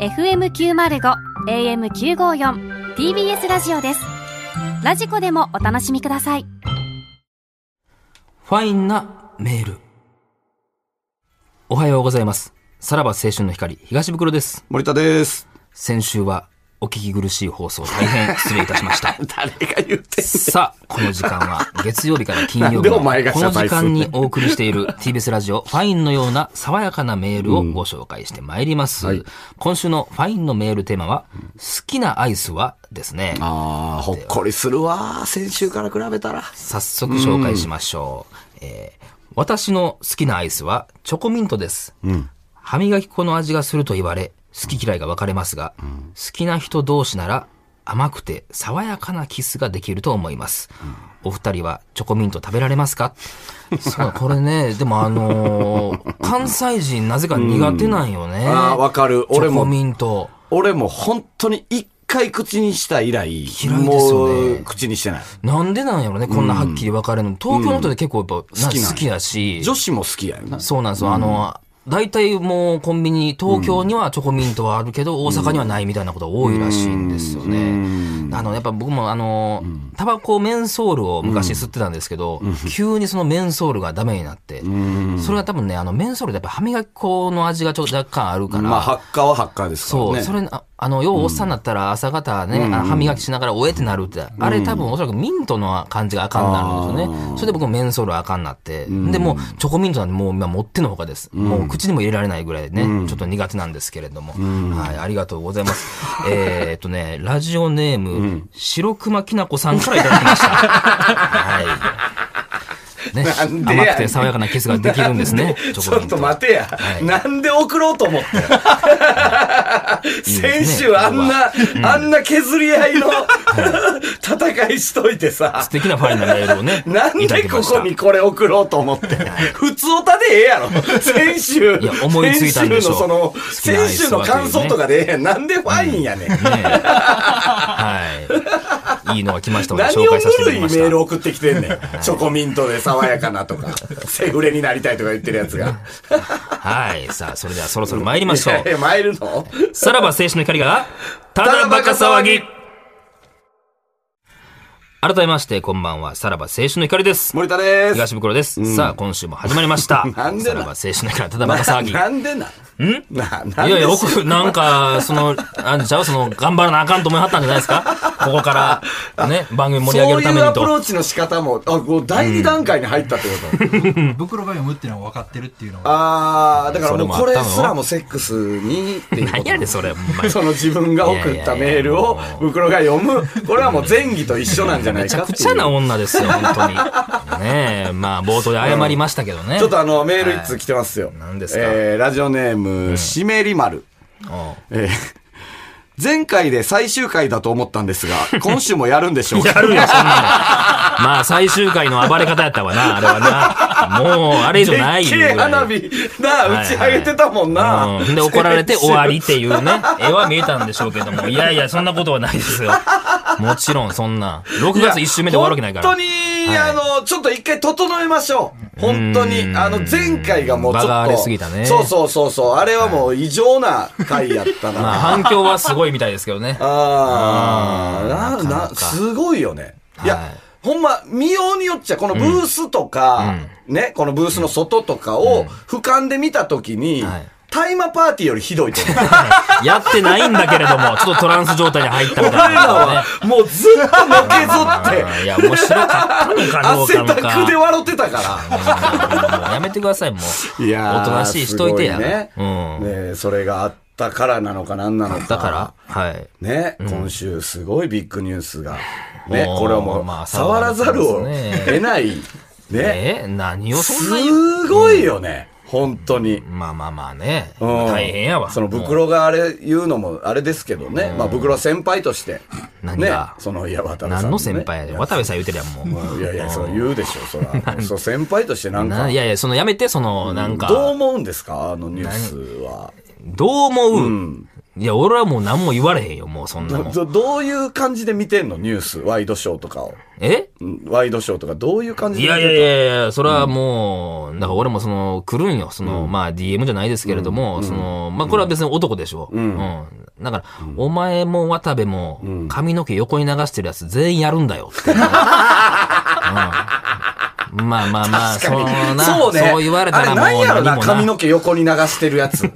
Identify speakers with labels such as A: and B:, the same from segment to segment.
A: FM905 AM954 TBS ラジオですラジコでもお楽しみください
B: ファインなメール。おはようございます。さらば青春の光、東袋です。
C: 森田です。
B: 先週はお聞き苦しい放送、大変失礼いたしま した。
C: 誰が言ってん
B: さあ、この時間は月曜日から金曜
C: なん
B: 日
C: で
B: の
C: お
B: この
C: 前が謝罪
B: 時
C: すんね
B: 間に
C: ん
B: お送りしている TBS ラジオファインのような爽やかなメールをご紹介してまいります。
C: はい
B: 今週のファインのメールテーマは、好きなアイスはですね。
C: ああ、ほっこりするわ。先週から比べたら。
B: 早速紹介しましょう。えー私の好きなアイスはチョコミントです。歯磨き粉の味がすると言われ、好き嫌いが分かれますが、好きな人同士なら甘くて爽やかなキスができると思います。お二人はチョコミント食べられますかそう、これ ね、でもあのー関西人なぜか苦手なんよね。
C: あーわかる俺も
B: チョコミント。
C: 俺も本当に一回口にした以来、
B: すよね
C: もう口にしてない。
B: なんでなんやろね、こんなはっきり分かれるの。東京の人で結構やっぱ、な
C: きなんや
B: 好きやし。
C: 女子も好きやよな。
B: そうなんですよ。あの、大体もうコンビニ、東京にはチョコミントはあるけど、大阪にはないみたいなことが多いらしいんですよね。あの、やっぱ僕もあの、タバコメンソールを昔吸ってたんですけど、急にそのメンソールがダメになって、それは多分ね、あの、メンソールってやっぱ歯磨き粉の味がちょっと若干あるから、
C: まあ、ハッカーはハッカーですからね。
B: そう、それ、ああの、ようおっさんになったら朝方ね、あの歯磨きしながらおえってなるって、あれ多分おそらくミントの感じが赤になるんですよね。それで僕メンソール赤になって、で、もうチョコミントなんでもう今持ってのほかです。もう口にも入れられないぐらいね、ちょっと苦手なんですけれども。はい、ありがとうございます。 えーっとね、ラジオネーム、白熊きなこさんからいただき ました。はい。ね、
C: なんでやねん
B: 甘くて爽やかなキスができるんですね。チ ョ
C: ち
B: コ
C: ょ
B: ミ
C: っ
B: ント
C: と
B: は
C: 待てや。
B: はい
C: なんで送ろうと思って。
B: いいですね
C: 先週あんな、あんな削り合いの 戦いしといてさ
B: 素。敵なファインのメールをね。
C: なん
B: いただき
C: でこ
B: ました
C: こにこれ送ろうと思って。普通歌でええや ろ。先週。
B: いや思いついたんでしょう
C: 先週の
B: 好
C: そ
B: きなアイスはというね
C: の、先週の感想とかでええやん。なんでファインやねん。
B: ねえはい。いいのが来ましたので、
C: 何
B: 紹
C: を
B: 介させていた
C: ぬる
B: だ
C: い
B: き
C: メ
B: まし
C: ール
B: た。
C: 送ってきてんねん。チョコミントで爽やかなと か、セフレになりたいとか言ってるやつが。
B: はい。さあ、それではそろそろ参 りましょ
C: え
B: う。
C: え、参るの
B: さらば青春の光が、ただバカ騒ぎ改めまして、こんばんは。さらば青春の光です。
C: 森田です。
B: 東袋です。さあ、今週も始まりました。
C: なんで
B: さら
C: だ
B: ば青春の光、ただバカ騒ぎ。
C: ななんでなんんな、なん
B: い
C: で
B: やいや、僕、なんか、その、あんちゃうその、頑張らなあかんと思いはったんじゃないですかここから、ね、番組盛り上げるため
C: そういう
B: に
C: アプ
B: と。
C: ローチの仕方も、あ、こう、第二段階に入ったってこと、
D: 袋が読むっていうのは分かってるっていうのは
C: あー、だからもう
B: そ
C: こ
B: れもあった
C: れ
B: の
C: すらもセックスにっていうこと
B: 何や ねん、それ、ほんまに。
C: その自分が送ったメールを袋が読む。これはもう前儀と一緒なんじゃない
B: めちゃ
C: かって
B: く
C: いう。
B: ちゃな女ですよ、本当に。ねえ、まあ、冒頭で謝りましたけどね。
C: ちょっとあの、メール一通来てますよ。
B: 何ですか
C: えーラジオネーム、しめり丸。
B: おう
C: えー 前回で最終回だと思ったんです が、今週もやるんでしょう
B: や
C: か
B: る よ、そんなの。まあ、最終回の暴れ方やったわな、あれはな。もう、あれ以上ない
C: で
B: よ。
C: っけえ花火、なあ、打ち上げてたもんな。
B: うん、で、怒られ て終わりっていうね、絵は見えたんでしょうけども、いやいや、そんなことはないですよ。もちろん、そんな。6月1週目で終わるわけないから。
C: 本当に、あの、ちょっと一回整えましょう。本当に。あの、前回がもうちょっと。
B: 場が荒れすぎたね
C: そうそうそうそう。あれはもう異常な回やっ た
B: まあ、
C: な。
B: 反響はすごいみたいですけどね。
C: あ
B: あー
C: あ、
B: な
C: な、
B: かな
C: な、
B: か
C: すごいよね。い
B: はい
C: や、ほんま、見ようによっちゃ、このブースとか、ね、このブースの外とかを俯瞰で見たときに
B: はい、
C: 大麻パーティーよりひどい と思う。
B: やってないんだけれども、ちょっとトランス状態に入ったみ
C: 俺
B: たいな
C: ら
B: のがね
C: は。、もうずっとのけぞって
B: あ、ーいや、面白かったのかどう
C: 汗
B: かのか。
C: だくで笑ってたから。
B: もうやめてください、もう。
C: いやー
B: おとなしいしといてや。
C: すごね
B: うん。
C: ねえそれがあったからなのかなんなのか。
B: だから、はい。
C: ね、今週すごいビッグニュースが。ね、
B: おー
C: これはもう、
B: まあ
C: 触らざるを
B: 触らざるですね
C: 得ない。ね。
B: え何をそんなに。
C: すごいよね。本当に。
B: まあまあまあね。
C: うん
B: 大変やわ。
C: その、
B: も
C: 袋があれ言うのもあれですけどね。まあ、袋は先輩として。
B: 何
C: ね
B: が。
C: その、いや、渡
B: う。
C: 辺さんね。
B: 何の先輩やで。渡部さん言うてるやん、もう。
C: いやいや、そう言うでしょ、そ ら。そう、先輩としてなんか
B: な。いやいや、そのやめて、その、なんか、
C: どう
B: どう
C: 思うんですかあのニュースは。
B: 思ういや、俺はもう何も言われへんよ、もうそんなも ん。
C: どどういう感じで見てんのニュース、ワイドショーとかを。
B: え
C: うんワイドショーとかどういう感じ
B: い
C: で
B: や
C: 見
B: い
C: てん
B: や
C: の
B: いやいや、それはもう、だから俺もその、来るんよ。その、まあ DM じゃないですけれども、その、まあこれは別に男でしょう。うん。だから、お前も渡部も、髪の毛横に流してるやつ全員やるんだよ って。うんまあまあまあ、
C: 確かに
B: そうな、
C: そうね。
B: そう言われたらもう
C: あれ、なんやろ
B: 何
C: な、
B: も
C: 髪の毛横に流してるや つ。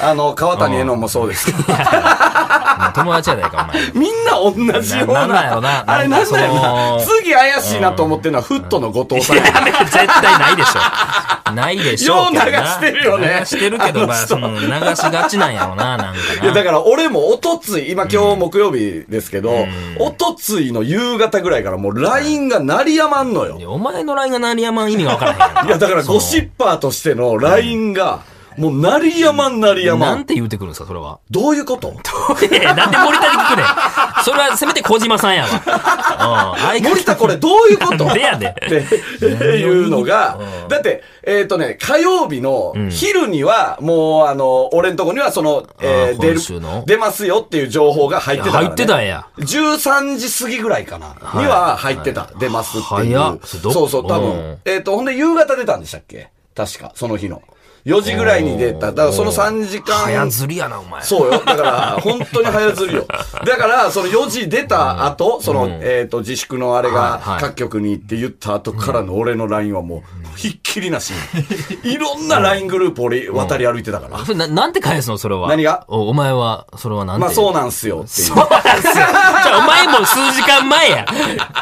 C: あの、川谷絵音もそうですけど。
B: 友達やないか、お前。
C: みんな同じよう
B: なな
C: な。
B: んなんやろな
C: あれ、なんだよ
B: なん
C: な。
B: かその
C: 次怪しいなと思ってるのは、フットの後藤さん。
B: ダメ絶対ないでしょ。ないでしょうけどな。
C: よう流してるよね
B: 流してるけど、まあ、
C: あの人
B: その、流しがちなんやろな、なんかな。
C: いや、 だから俺もおとつい、今今日木曜日ですけど、おとついの夕方ぐらいからもう LINE が鳴りやまんのよ
B: い。やお前の LINE が鳴りやまん意味がわからへんやん
C: いや、だから
B: その
C: ゴシッパーとしての LINE が、もう鳴りやまん鳴りやま
B: なん
C: ん。
B: て言うてくるんですか、それは。
C: どういうこと
B: いやいやなんで森田に聞くねん。それはせめて小島さんやわ。うん。相
C: 森田これどういうこと
B: でやで。
C: って いうのが、だって、えっ、とね、火曜日の昼には、もう、あの、俺んとこには、その、え
B: あー
C: ー、出
B: 今週の
C: る、出ますよっていう情報が入ってたから、ね。
B: 入ってたんや。
C: 13時過ぎぐらいかな、には入ってた。出ますってい
B: 早っ
C: う。
B: それど
C: そうそう、多
B: う
C: 分
B: ん。
C: えっ、と、ほんで夕方出たんでしたっけ確か、その日の。4時ぐらいに出た。だからその3時間。
B: 早ずりやな、お前。
C: そうよ。だから、本当に早釣りよ。だから、その4時出た後、その、えっ、と、自粛のあれ
B: は
C: が
B: いはい
C: 各局に行って言った後からの俺の LINE はもう、ひっきりなしに。いろんな LINE グループ俺渡り歩いてたから。
B: それな、なんて返すの、それは。
C: 何が
B: おお前は、それはなんて。
C: まあそう
B: な
C: なんすよっていう。
B: じゃあ、お前も数時間前や。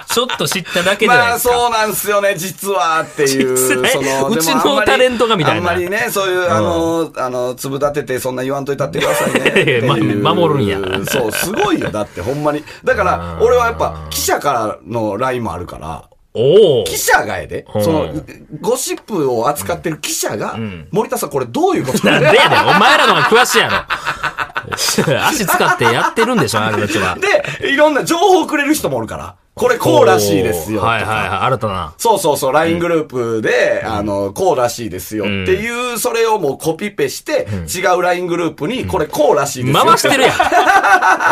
B: ちょっと知っただけじゃな
C: ま
B: い
C: あ
B: ですか。
C: そうなんすよね、実はっていう。
B: 実はね
C: その
B: うちの
C: でもあんまり
B: タレントがみたいな
C: あんまりね、そういう、あの、あの、粒立ててそんな言わんといたってくださいねってい
B: ま
C: う。
B: 守るんや
C: そう、すごいよ。だってほんまに。だから、俺はやっぱ記者からの LINE もあるから、
B: おお。
C: 記者がやで、
B: ん
C: その、ゴシップを扱ってる記者が、森田さんこれどういうこと
B: なんでやねん。お前らの方が詳しいやろ。 足使ってやってるんでしょ、あなたたちは。
C: で、いろんな情報くれる人もおるから、これこうらしいですよとか。
B: はいはいはい。新たな。
C: そうそうそう、LINE グループで、あの、こうらしいですよっていう、それをもうコピペして、違う LINE グループに、これこうらしいですよ。
B: 回してるやん。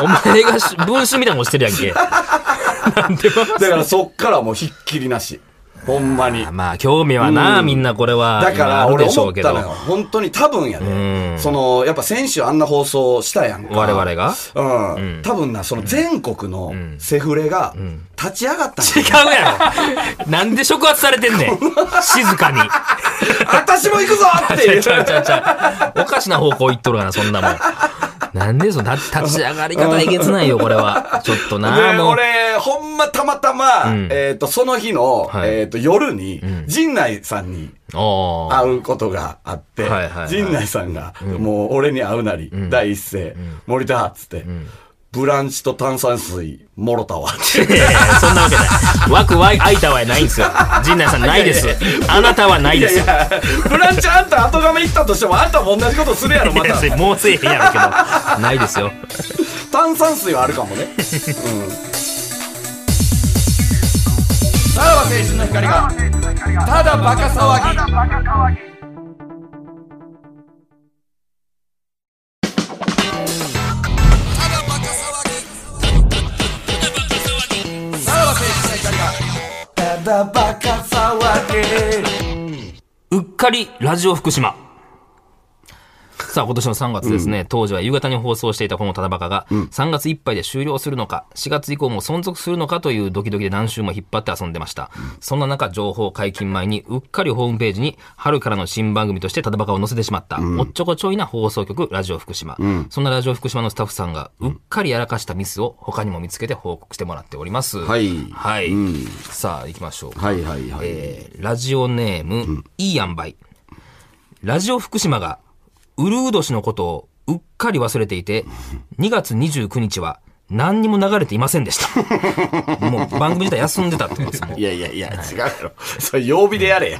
B: お前がし文春みたいなのしてるやんけ。なんで回
C: だからそっからもうひっきりなし。ほんまに。
B: まあ、興味はな、みんなこれは。
C: だか
B: まあ
C: ら、
B: ある
C: 俺
B: でしょ
C: 思
B: う
C: っ
B: け
C: たのよ。
B: ど。
C: 本当に多分やで。その、やっぱ先週あんな放送したやんか。
B: 我々が
C: うん。多分な、その全国のセフレが、立ち上がったん
B: 違
C: や。
B: うやろ。なんで触発されてんねん。静かに。
C: 私も行くぞって
B: ちゃ
C: いう
B: う。ちゃうちゃうちゃうおかしな方向行っとるがな、そんなもん。なんでその、立立ち上がり方えげつないよ、これは。ちょっとな、
C: で、
B: もう。
C: 俺、ほんまたまたま、
B: ん
C: えっ、と、その日の、
B: はい
C: えっ、と、夜に、陣内さんに
B: おー
C: 会うことがあって、
B: はいはいはい
C: 陣内さんが、もう俺に会うなり、第一声、森田っつって、ブランチと炭酸水、もろたわ って。
B: いやいや そんなわけない。枠わ開いたはないんですよ。陣内さんないです。あなたはない
C: い
B: で
C: や
B: す
C: い
B: よ。
C: や、ブランチあんた後亀行ったとしても、あんたも同じことする やろ、また。
B: いやもうせえへんやろうけど。ないですよ。
C: 炭酸水はあるか もね。うん。さらば青春の光が、ただバカ騒ぎ。ただバカ騒ぎ
B: うっかりラジオ福島。さあ今年の3月ですね、当時は夕方に放送していたこのただバカが、3月いっぱいで終了するのか、4月以降も存続するのかというドキドキで何週も引っ張って遊んでました。そんな中、情報解禁前に、うっかりホームページに、春からの新番組としてただバカを載せてしまった、おっちょこちょいな放送局、ラジオ福島。そんなラジオ福島のスタッフさんが、うっかりやらかしたミスを他にも見つけて報告してもらっております。
C: はい
B: はい。さあ、行きましょうか。
C: はいはいはい。
B: えーラジオネーム、いい塩梅ラジオ福島が、うるう年のことをうっかり忘れていて、2月29日は何にも流れていませんでした。もう番組自体休んでたってことですもん。
C: いやいやいや、違うやろ。それ曜日でやれや。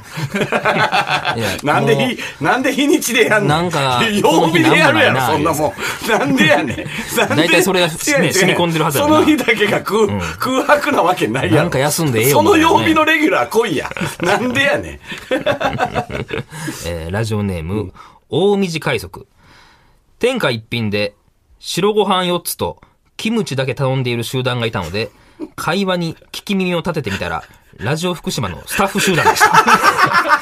B: いや
C: なんで
B: もう
C: 日、なんで日にちでやんの
B: なんか
C: 曜日でやるやろ、
B: この
C: そん
B: 日
C: な
B: なんも
C: もん。なんでやねん。なんで
B: 大体それがね
C: 違う違う
B: 染み込んでるはずや
C: そ
B: もん
C: の
B: な
C: 日だけが空空白なわけないやろ。
B: なんか休んでええよ
C: その
B: みたいな
C: 曜
B: ね
C: 日のレギュラー来いや。なんでやねん。
B: えーラジオネーム、大水快速。天下一品で、白ご飯4つと、キムチだけ頼んでいる集団がいたので、会話に聞き耳を立ててみたら、ラジオ福島のスタッフ集団でした。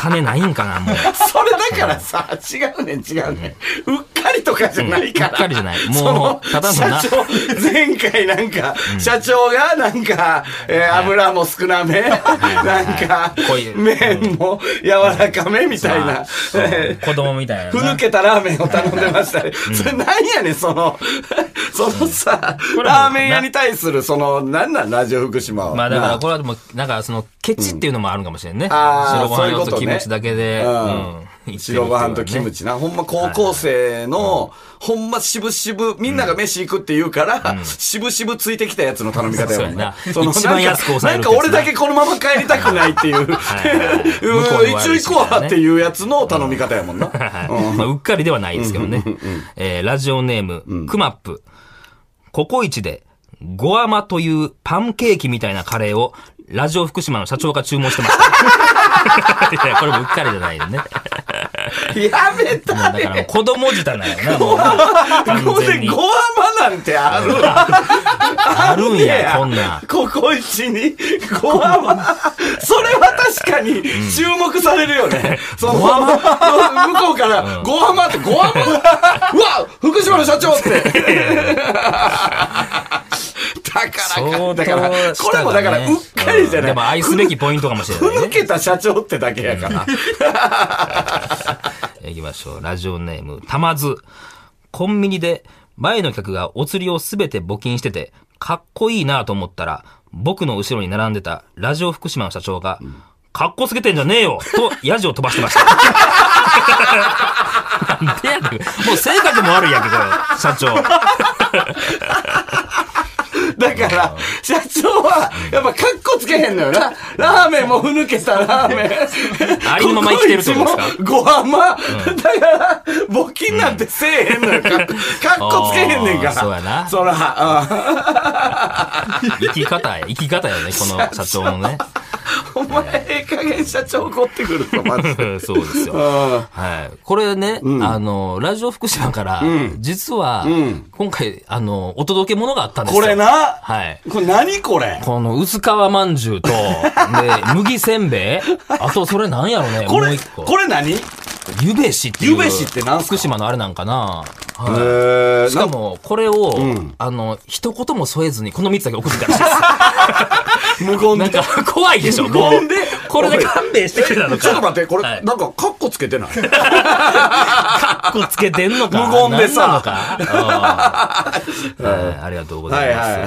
B: 金ないんかな、 もう。
C: それだからさ、違うねん、違うねん。うっかりとかじゃないから。
B: うっかりじゃないもう
C: その
B: ただのな
C: 社長、前回なんか、社長がなんか、えー油も少なめ、なんか
B: こうい、う
C: 麺も柔らかめみたいな。えー
B: 子供みたいな
C: ふ
B: な。
C: ぬけたラーメンを頼んでましたね。それなんやねん、その、そのさ、
B: これはもう
C: ラーメン屋に対する、その、なんなん、ラジオ福島は。
B: まあだか
C: な
B: らこれはでも、なんかその、ケチっていうのもあるかもしれんね。
C: あ
B: 白
C: ー
B: ご飯
C: そういう
B: 4
C: こととね
B: キムチだけで。
C: うん
B: うん
C: 白ご飯とキム
B: チ。
C: チな。ほんま高校生の、ほんま渋々、みんなが飯行くって言うから、渋々ついてきたやつの頼み方やもんな。
B: そうやな一番安く抑え
C: なん
B: るってやつな
C: か俺だけこのまま帰りたくないっていう。
B: 向こう
C: うん
B: にもあ
C: 一応
B: るし
C: 行こうわっていうやつの頼み方やもんな。
B: はいまあ、うっかりではないですけどね。えーラジオネーム、クマップ。ココイチで、ゴアマというパンケーキみたいなカレーを、ラジオ福島の社長が注文してました。 いや、これもうっかりじゃないよね。も
C: やめ
B: う
C: た
B: だからもう
C: ね。
B: 子供舌なんやな、もう。
C: ここ
B: 完全
C: で
B: に
C: ご。わまなんてある
B: あるんや、こんなん。
C: ここ一に、ごわま。それは確かに注目されるよ ね。その、向こうから、ごわまって、ご わまうわ福島の社長って。だからか、
B: 相当
C: だから、これもだから、うっかりじゃ
B: うん
C: な
B: で
C: い。
B: も愛すべきポイントかもしれ
C: ふ
B: ない
C: ぬ
B: ね。
C: けた社長ってだけやから。
B: いきましょう。ラジオネーム、たまず。コンビニで、前の客がお釣りをすべて募金してて、かっこいいなと思ったら、僕の後ろに並んでたラジオ福島の社長が、かっこつけてんじゃねえよと、ヤジを飛ばしてました。なんでやねんもう性格も悪いやんけ、これ。社長。
C: だから、社長は、やっぱカッコつけへんのよな。ラーメンもふぬけたラーメン。
B: ありのまま生きてるってことですか
C: ココイチもごはんま。だから、募金なんてせえへんのよ。カッコつけへんねんか
B: あ
C: ら。
B: ーそうやな
C: そら、うん
B: 生き方や、生き方やね、この社長のね。
C: お前、ええ加減社長怒ってくるぞ、マジ で。
B: そうですよ。
C: うん
B: はい。これね、あの、ラジオ福島から、実は、今回、あの、お届け物があったんですよ。
C: これな、
B: はい。
C: これ何これ
B: この、薄皮まんじゅう と、で、麦せんべいあと、それなんやろね、
C: こ
B: もう
C: れ、
B: 一個。
C: これ何
B: ゆべしっていう。
C: ゆべしってなんすか
B: 福島のあれなんかな。は
C: え
B: い
C: ー
B: しかも、これを、あの、一言も添えずに、この3つだけ送ってたらしいです。
C: 無言
B: なん
C: で。
B: か、怖いでしょ、も
C: 無言
B: う
C: で。
B: これで勘弁してくれたのか。
C: ちょっと待って、これ、
B: は
C: ないんか、カッコつけてない
B: かっこつけてんのか。
C: 無言で
B: 何
C: さ
B: なのか。うんはいありがとうご
C: は
B: ざ
C: い
B: い
C: はい
B: ま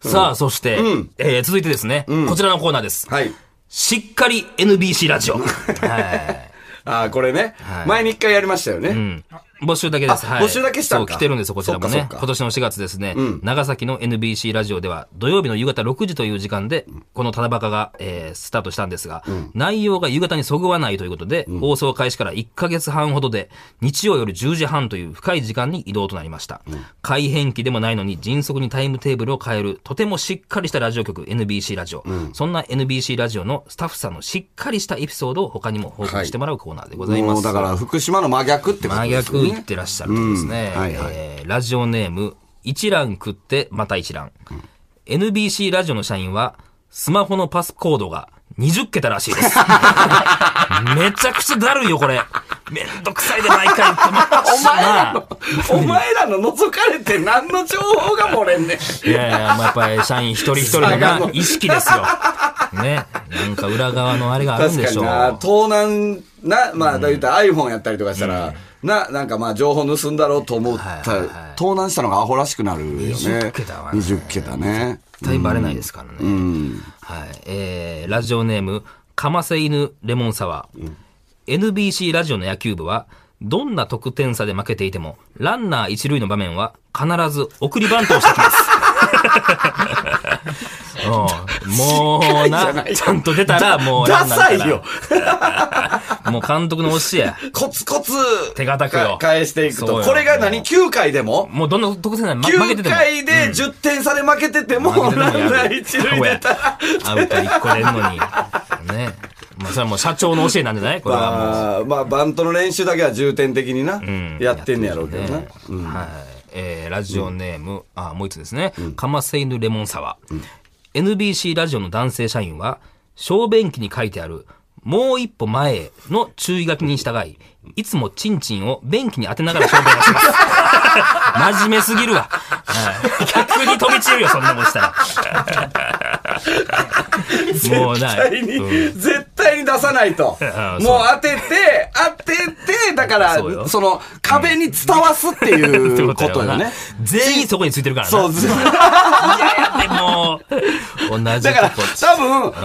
B: す。
C: はい。
B: さあ、そして、えー続いてですね、こちらのコーナーです。
C: はい。
B: しっかり NBC ラジ オ。は
C: ああ、これね、
B: はい
C: 前に一回やりましたよね。
B: いうん募集だけです。
C: あ
B: はい
C: 募集だけしたんか
B: そう、来てるんですよ、こちらも
C: そっか
B: ね。
C: そっか
B: 今年の4月ですね、長崎の NBC ラジオでは、土曜日の夕方6時という時間で、このタダバカが、えースタートしたんですが、内容が夕方にそぐわないということで、放送開始から1ヶ月半ほどで、日曜夜10時半という深い時間に移動となりました。改変期でもないのに、迅速にタイムテーブルを変える、とてもしっかりしたラジオ局、NBC ラジオ。そんな NBC ラジオのスタッフさんのしっかりしたエピソードを他にも報告してもらうコーナーでございます。
C: もうだから福島の真逆ってこと
B: 真
C: です
B: 逆
C: よね。
B: 言ってらっしゃるんですね。
C: うんはいはい
B: えーラジオネーム、一覧食ってまた一覧。NBC ラジオの社員は、スマホのパスコードが20桁らし いです。めちゃくちゃだるいよ、これ。めんどくさいで毎回言ってま
C: お前らの、お前らの覗かれて何の情報が漏れんねん。
B: いやいや、まあ、やっぱり社員一人一 人のな、意識ですよ。ね。なんか裏側のあれが あるん
C: 確
B: で
C: か
B: しょ
C: に
B: う。
C: な、盗難な、まあ、だいたい iPhone やったりとかしたら、な、なんかまあ、情報盗んだろうと思った
B: はいは
C: ら、盗難したのがアホらしくなるよね。
B: 20桁はね
C: 20桁ね。
B: 絶対バレないですからね。はい。えー、ラジオネーム、かませ犬レモンサワー。NBC ラジオの野球部は、どんな得点差で負けていても、ランナー一塁の場面は必ず送りバントをしてきます。 うんもう
C: しっかりじゃ
B: な
C: な、い
B: ちゃんと出たらもうラ
C: ダ
B: ンナー
C: サ
B: 出
C: い
B: たら
C: よ。
B: もう監督の教えや。
C: コツコツ、
B: 手堅くよ
C: か返していく
B: そう
C: と。
B: よ
C: これが何 ?9 回でも
B: もうどんな得点差で負負けて
C: 9
B: ても。
C: 回で10点差で負けてても、
B: 負けてても
C: ラ
B: やる
C: ンナー一塁出たら、
B: アウト1個出んのに。ね。まあそれはもう社長の教えなんじゃないこれはもう。
C: まあ、まあ、バントの練習だけは重点的にな、やってんねやろうけどな。
B: はい。えーラジオネーム、あ、もう一つですね。かませ犬レモンサワー。NBC ラジオの男性社員は、小便器に書いてある、もう一歩前への注意書きに従い、いつもチンチンを便器に当てながら小便を します。真面目すぎるわ。はい逆に飛び散るよ、そんなもんしたら。もうな
C: 絶対に、
B: うん
C: 絶対に出さない と。もう
B: うんそう
C: 当てて、当てて、だから、
B: そう
C: そ
B: よ
C: の、壁に伝わすって
B: って
C: いう
B: こ
C: ことと
B: や
C: よ
B: な
C: ね。
B: 全員そこについてるからな。
C: そう、ず
B: でも、同じ
C: だ
B: と
C: から、
B: こ。
C: 多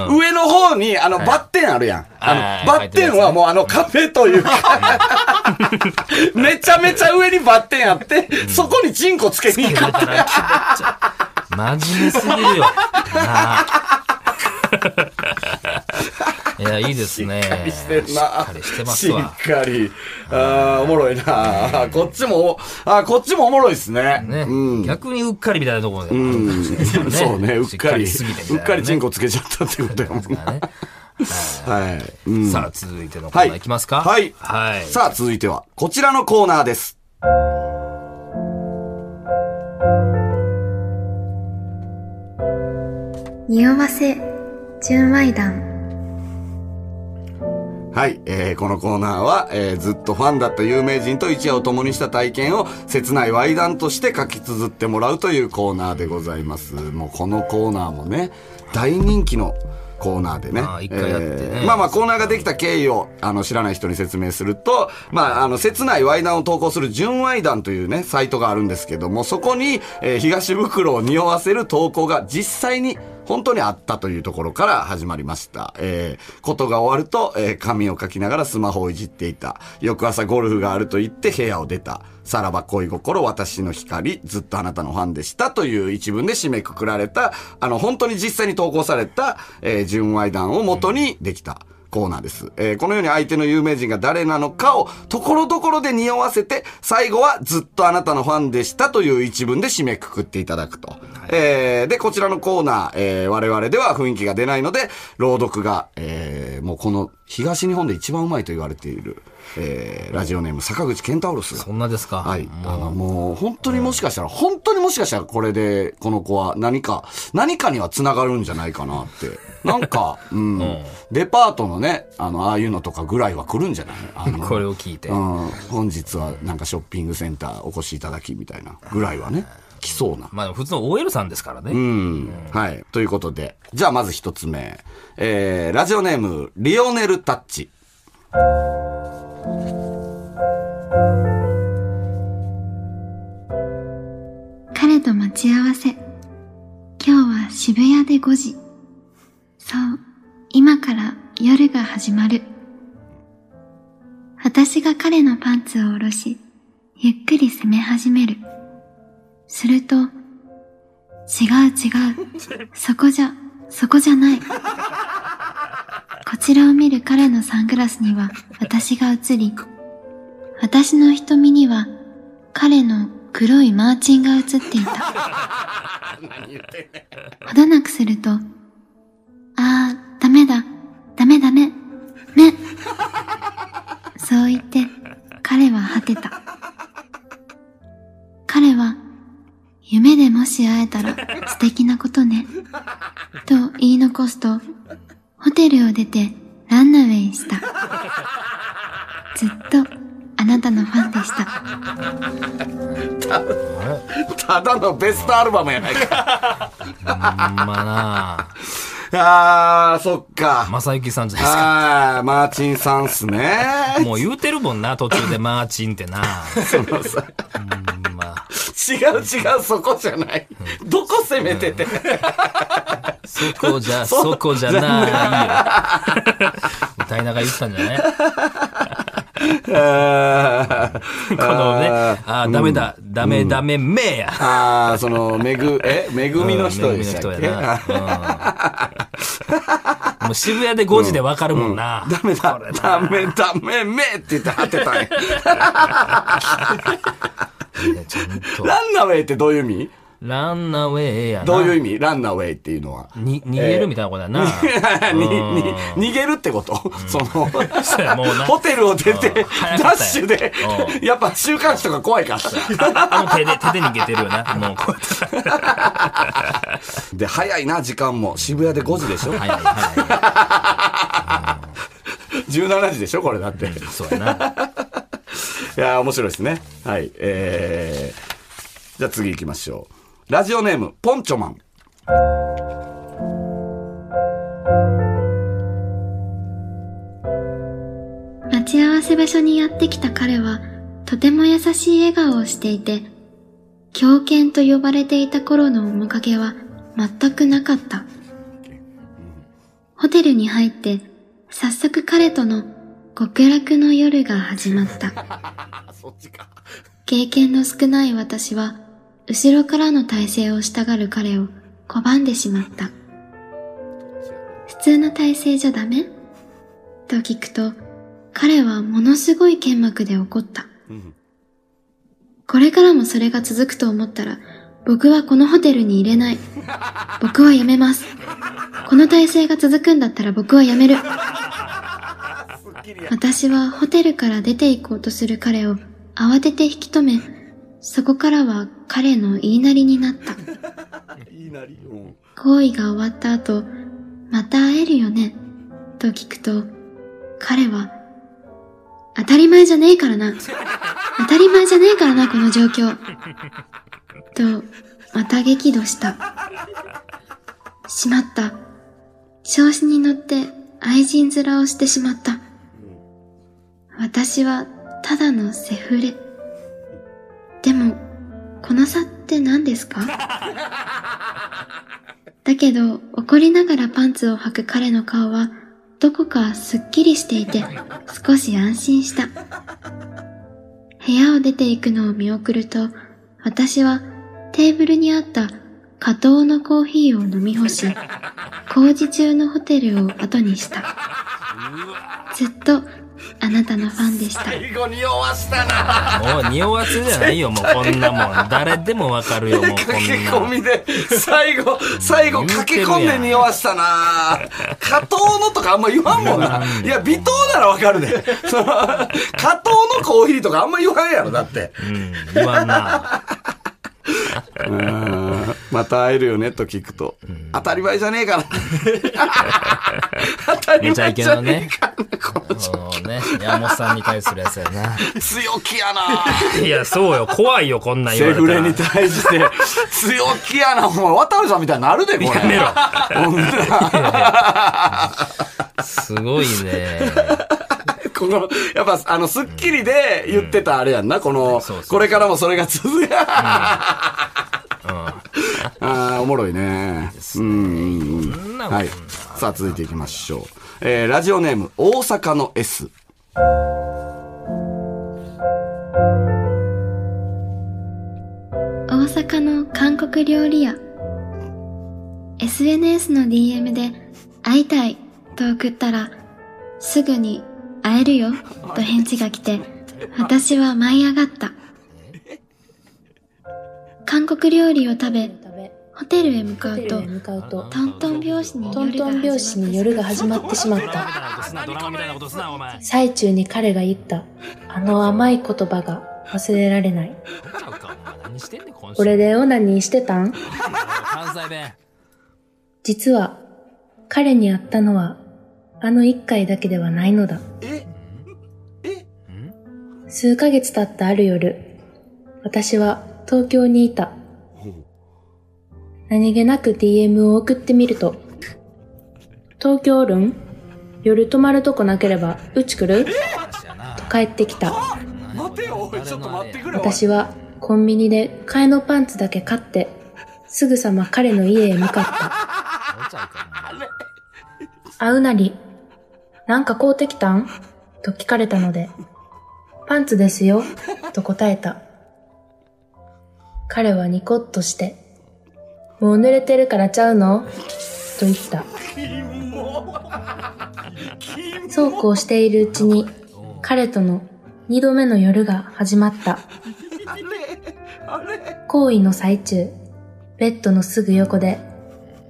C: 分、上の方に、あの、バッテンあるやん。あの、
B: はい
C: バッテンはもうあの、カフェというか、めちゃめちゃ上にバッテンあって、そこにチンコつけに行く。
B: 真面目すぎるよ。なあいや、いいですね。しっかり
C: してんな。
B: してますわ。
C: しっかり。あーおもろいな。あーこっちも、あーこっちもおもろいっすね。
B: ね、
C: うん。
B: 逆にうっかりみたいなところで、
C: うんそうね、うっかり、
B: しっかりすぎてみたいなね
C: うっかりチンコつけちゃったってことやもんね。
B: ね
C: はい。うん
B: さあ、続いてのコーナーいきますか。
C: はい
B: はい。
C: さあ、続いては、こちらのコーナーです。
E: 匂わせ純米団
C: はい、えーこのコーナーは、えーずっとファンだった有名人と一夜を共にした体験を切ないワイダンとして書き綴ってもらうというコーナーでございます。もうこのコーナーもね、大人気のコーナーでね。
B: まあ一回やってね
C: えーまあまあコーナーができた経緯をあの知らない人に説明すると、まああの切ないワイダンを投稿する純ワイダンというね、サイトがあるんですけども、そこに、えー東袋を匂わせる投稿が実際に本当にあったというところから始まりました。えー、ことが終わると、えー紙を書きながらスマホをいじっていた。翌朝ゴルフがあると言って部屋を出た。さらば恋心、私の光、ずっとあなたのファンでしたという一文で締めくくられた、あの、本当に実際に投稿された、えー、純愛談を元にできた。コーナーです。えーこのように相手の有名人が誰なのかをところどころで匂わせて、最後はずっとあなたのファンでしたという一文で締めくくっていただくと。えーで、こちらのコーナー、えー我々では雰囲気が出ないので、朗読が、えーもうこの東日本で一番うまいと言われている、えーラジオネーム坂口健太郎さん
B: そんなですか。
C: はい。
B: もう
C: あの、もう、本当にもしかしたら、本当にもしかしたら、これで、この子は何か、何かには繋がるんじゃないかなって。なん か、うん。デパートのね、あの、ああいうのとかぐらいは来るんじゃないあの
B: これを聞いて
C: うん。本日は、なんかショッピングセンターお越しいただき、みたいな、ぐらいはね、来そうな。
B: まあ、普通の OL さんですからね。
C: うん。はい。ということで。じゃあ、まず一つ目。えー、ラジオネーム、リオネル・タッチ。
E: 彼と待ち合わせ今日は渋谷で5時そう今から夜が始まる私が彼のパンツを下ろしゆっくり攻め始めるすると違う違うそこじゃそこじゃないこちらを見る彼のサングラスには私が映り私の瞳には彼の黒いマーチンが映っていた。ほどなくすると、ああ、ダメだ、ダメダメ、ね。そう言って、彼は果てた。彼は、夢でもし会えたら素敵なことね。と言い残すと、ホテルを出てランナウェイした。ずっとあなたのファンでした。
C: ただのベストアルバムやない か。
B: ほんまな
C: あー、そっか。
B: 正幸さんじゃないですか。
C: あー、マーチンさんっすね。
B: もう言うてるもんな、途中でマーチンってな。そまあ、
C: 違う違う、そこじゃない。どこ攻めてて。
B: そこじゃ、そこじゃ ないよ。歌いながら言ってたんじゃない
C: あー
B: このね、あーダメだ、ダメダメめや。
C: あー、その、めぐ、え、めぐみの人でしたっ
B: うん
C: け、
B: 恵みの人やな。う んもう渋谷で5時でわかるもんな。
C: ダメだ、ダメダメめって言って当てたんや。
B: いやちゃんと。
C: ランナウェイってどういう意味
B: ランナウェイやな。
C: どういう意味ランナーウェイっていうのは。
B: に、逃げるみたいなことやな。
C: に、に、逃げるってこと、その、
B: そうやもうな
C: ホテルを出て、
B: うん
C: ダ
B: 早かったよ
C: ッシュで、やっぱ週刊誌とか怖いから。
B: あの手で、手で逃げてるよな。もうこうやって。
C: で、早いな、時間も。渋谷で5時でしょ
B: はいはいは
C: ?17 時でしょこれだって。
B: い。そうやな。
C: いやー、面白いですね。はい。えー、じゃあ次行きましょう。ラジオネーム、ポンチョマン。
E: 待ち合わせ場所にやってきた彼は、とても優しい笑顔をしていて、狂犬と呼ばれていた頃の面影は全くなかった。ホテルに入って、早速彼との極楽の夜が始まった。
C: そっちか。
E: 経験の少ない私は、後ろからの体勢をしたがる彼を拒んでしまった。普通の体勢じゃダメと聞くと、彼はものすごい剣幕で怒った。
C: ん
E: これからもそれが続くと思ったら、僕はこのホテルに入れない。僕は辞めます。この体勢が続くんだったら僕は辞める。私はホテルから出て行こうとする彼を慌てて引き止め、そこからは彼の言いなりになった。
C: いいなり。うん。
E: 行為が終わった後、また会えるよねと聞くと、彼は、当たり前じゃねえからな。当たり前じゃねえからな、この状況。と、また激怒した。しまった。調子に乗って愛人面をしてしまった。私は、ただのセフレ。でも、この差って何ですかだけど、怒りながらパンツを履く彼の顔は、どこかすっきりしていて、少し安心した。部屋を出て行くのを見送ると、私はテーブルにあった加糖のコーヒーを飲み干し、工事中のホテルを後にした。ずっとあなたのファンでした。
C: 最後に弱したな。
B: もう匂わせじゃないよ、もうこんなもん。誰でもわかるよ、もうこ
C: 駆け込
B: んな。
C: みで、最後、最後駆け込んで匂わしたな。加藤のとかあんま言わんもんな。いや、微糖ならわかるで。その加藤のコーヒーとかあんま言わんやろ、だって。
B: うん、言わんな。
C: また会えるよねと聞くと、当たり前じゃねえから当たり前じゃねえからこの
B: そのね、 山本さんに対するやつやな。
C: 強気やな
B: いや、そうよ、怖いよ、こんなん言わ
C: セ
B: れた
C: フ
B: ら。
C: レに対して強気やなお前渡るさんみたいになるでこれ
B: やめろ。
C: ほんなら
B: すごいね。
C: このやっぱあの『スッキリ』で言ってたあれやんなこの、
B: そうそう
C: これからもそれが続く、ああおもろいねうんうんうん
B: そんなもん
C: はい。さあ、続いていきましょう。えー、ラジオネーム、大阪の S。
E: 大阪の韓国料理屋 SNS の DM で会いたいと送ったらすぐに会えるよと返事が来て私は舞い上がった韓国料理を食べホテルへ向か
F: ホ
E: う
F: テル
E: と
F: へ向かうと
E: トントン拍子に
F: トントン拍子に夜が始まってしまった
B: ドラマみたいなことすな、お前。
F: 最中に彼が言ったあの甘い言葉が忘れられない
B: 何してんねん、今週。
F: 俺でオナニーしてたん
B: 関西弁。
F: 実は彼に会ったのはあの一回だけではないのだ数ヶ月経ったある夜私は東京にいた何気なく DM を送ってみると東京おるん夜泊まるとこなければうち来ると帰ってきた
C: 待てよ、おい、ちょっと待ってくれ、おい
F: 私はコンビニで替えのパンツだけ買って、すぐさま彼の家へ向かった。会うなり、なんか買うてきたんと聞かれたので、パンツですよ、と答えた。彼はニコッとして、もう濡れてるからちゃうのと言った。そうこうしているうちに、彼との二度目の夜が始まった。行為の最中、ベッドのすぐ横で、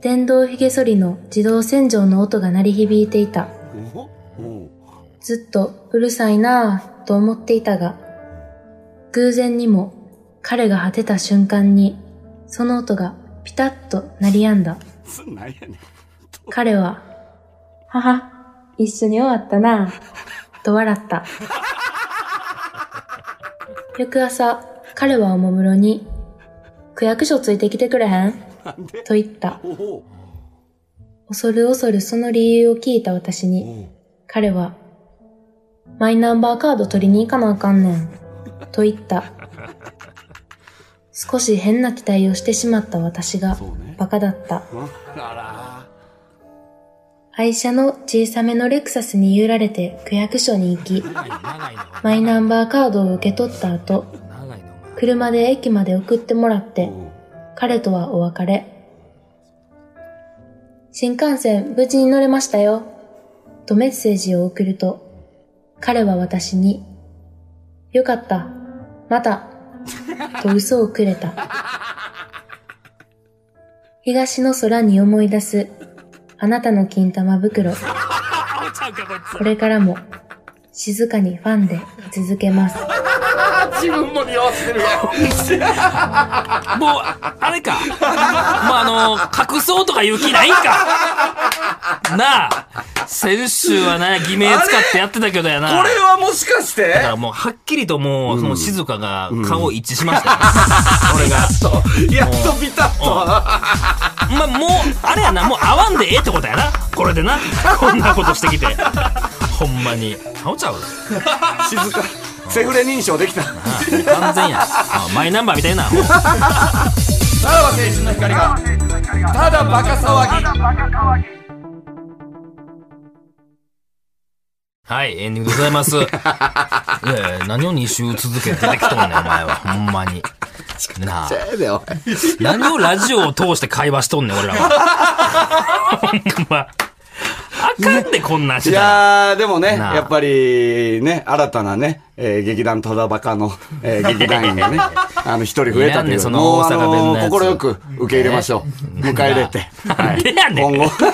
F: 電動ひげ剃りの自動洗浄の音が鳴り響いていた。ずっとうるさいなぁと思っていたが、偶然にも彼が果てた瞬間に、その音がピタッと鳴り止んだ。
G: なんやねん。
F: 彼は、母、一緒に終わったなぁと笑った。翌朝、彼はおもむろに、区役所ついてきてくれへん
G: なんで
F: と言った。
G: おお
F: 恐る恐るその理由を聞いた私に、
G: おう
F: 彼は、マイナンバーカード取りに行かなあかんねん、と言った。少し変な期待をしてしまった私が
G: そうね、
F: バカだった。
G: あ
F: 愛車の小さめのレクサスに揺られて区役所に行き、
B: 長いな
F: マイナンバーカードを受け取った後、
B: 長いなお前
F: 車で駅まで送ってもら
G: ら
F: って、彼とはお別れ。新幹線無事に乗れましたよ。とメッセージを送ると、彼は私に、よかった、また、と嘘をくれた。東の空に思い出す、あなたの金玉袋。これからも、静かにファンで居続けます。
C: 自分も匂わせてる やん。
B: もう、あれか。まあ、あの、隠そうとかいう気ないんか。なあ、先週はな、偽名使ってやってたけどやな。
C: これはもしかして
B: だからもう、はっきりともう、その静香が顔一致しましたよ。俺が。
C: やっとピタッと。
B: まあ、もう、あれやな、もう会わんでええってことやな。これでな。こんなことしてきて。ほんまに。顔ちゃう
C: 静か。セフレ認証できた。さ
B: 完全や。あマイナンバーみたいな。もう
C: らば青春の光が、ただバカ騒ぎ。
B: はい、エンディングでござ います。いやいや、何を2週続けて出てきとんねん、お前は。ほんまに。なあ。
G: ええで、おい。
B: 何をラジオを通して会話しとんねん、俺らは。ほんま。あかんで、こんなんし
G: い
B: たら。
G: やー、でもね、
B: なあ
G: やっぱり、ね、新たなね、えー劇団ただバカの、え ー劇団員がね、あの、一人増えたと
B: いらんね
G: い
B: んそうの
G: もう、
B: 大
G: あ
B: 阪弁の
G: の
B: やつ
G: 心よく受け入れましょう。迎え入れて。
B: なんでやねん
G: 今後、
B: ほ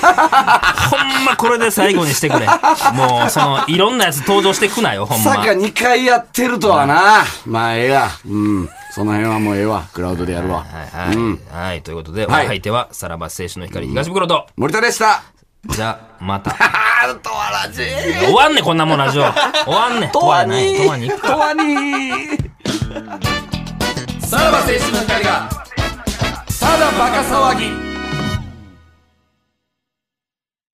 B: んまこれで最後にしてくれ。もう、その、いろんなやつ登場してくなよ、ほん
G: さ
B: ま
G: か。2回やってるとはな。まあ、ええわ。うん。その辺はもうええわ。クラウドでやるわ。
B: はい、はい、はい。ということで、お
G: はい
B: 相手は、さらば青春の光東袋と、
G: 森田でした。
B: じゃ、また。
G: あー、とわらじ
B: 終わんねん、こんなもんラジオ。終わんねん。と
G: わに
B: ない。とわに行くか
G: とわに
C: さらば青春の光がただバカ騒ぎ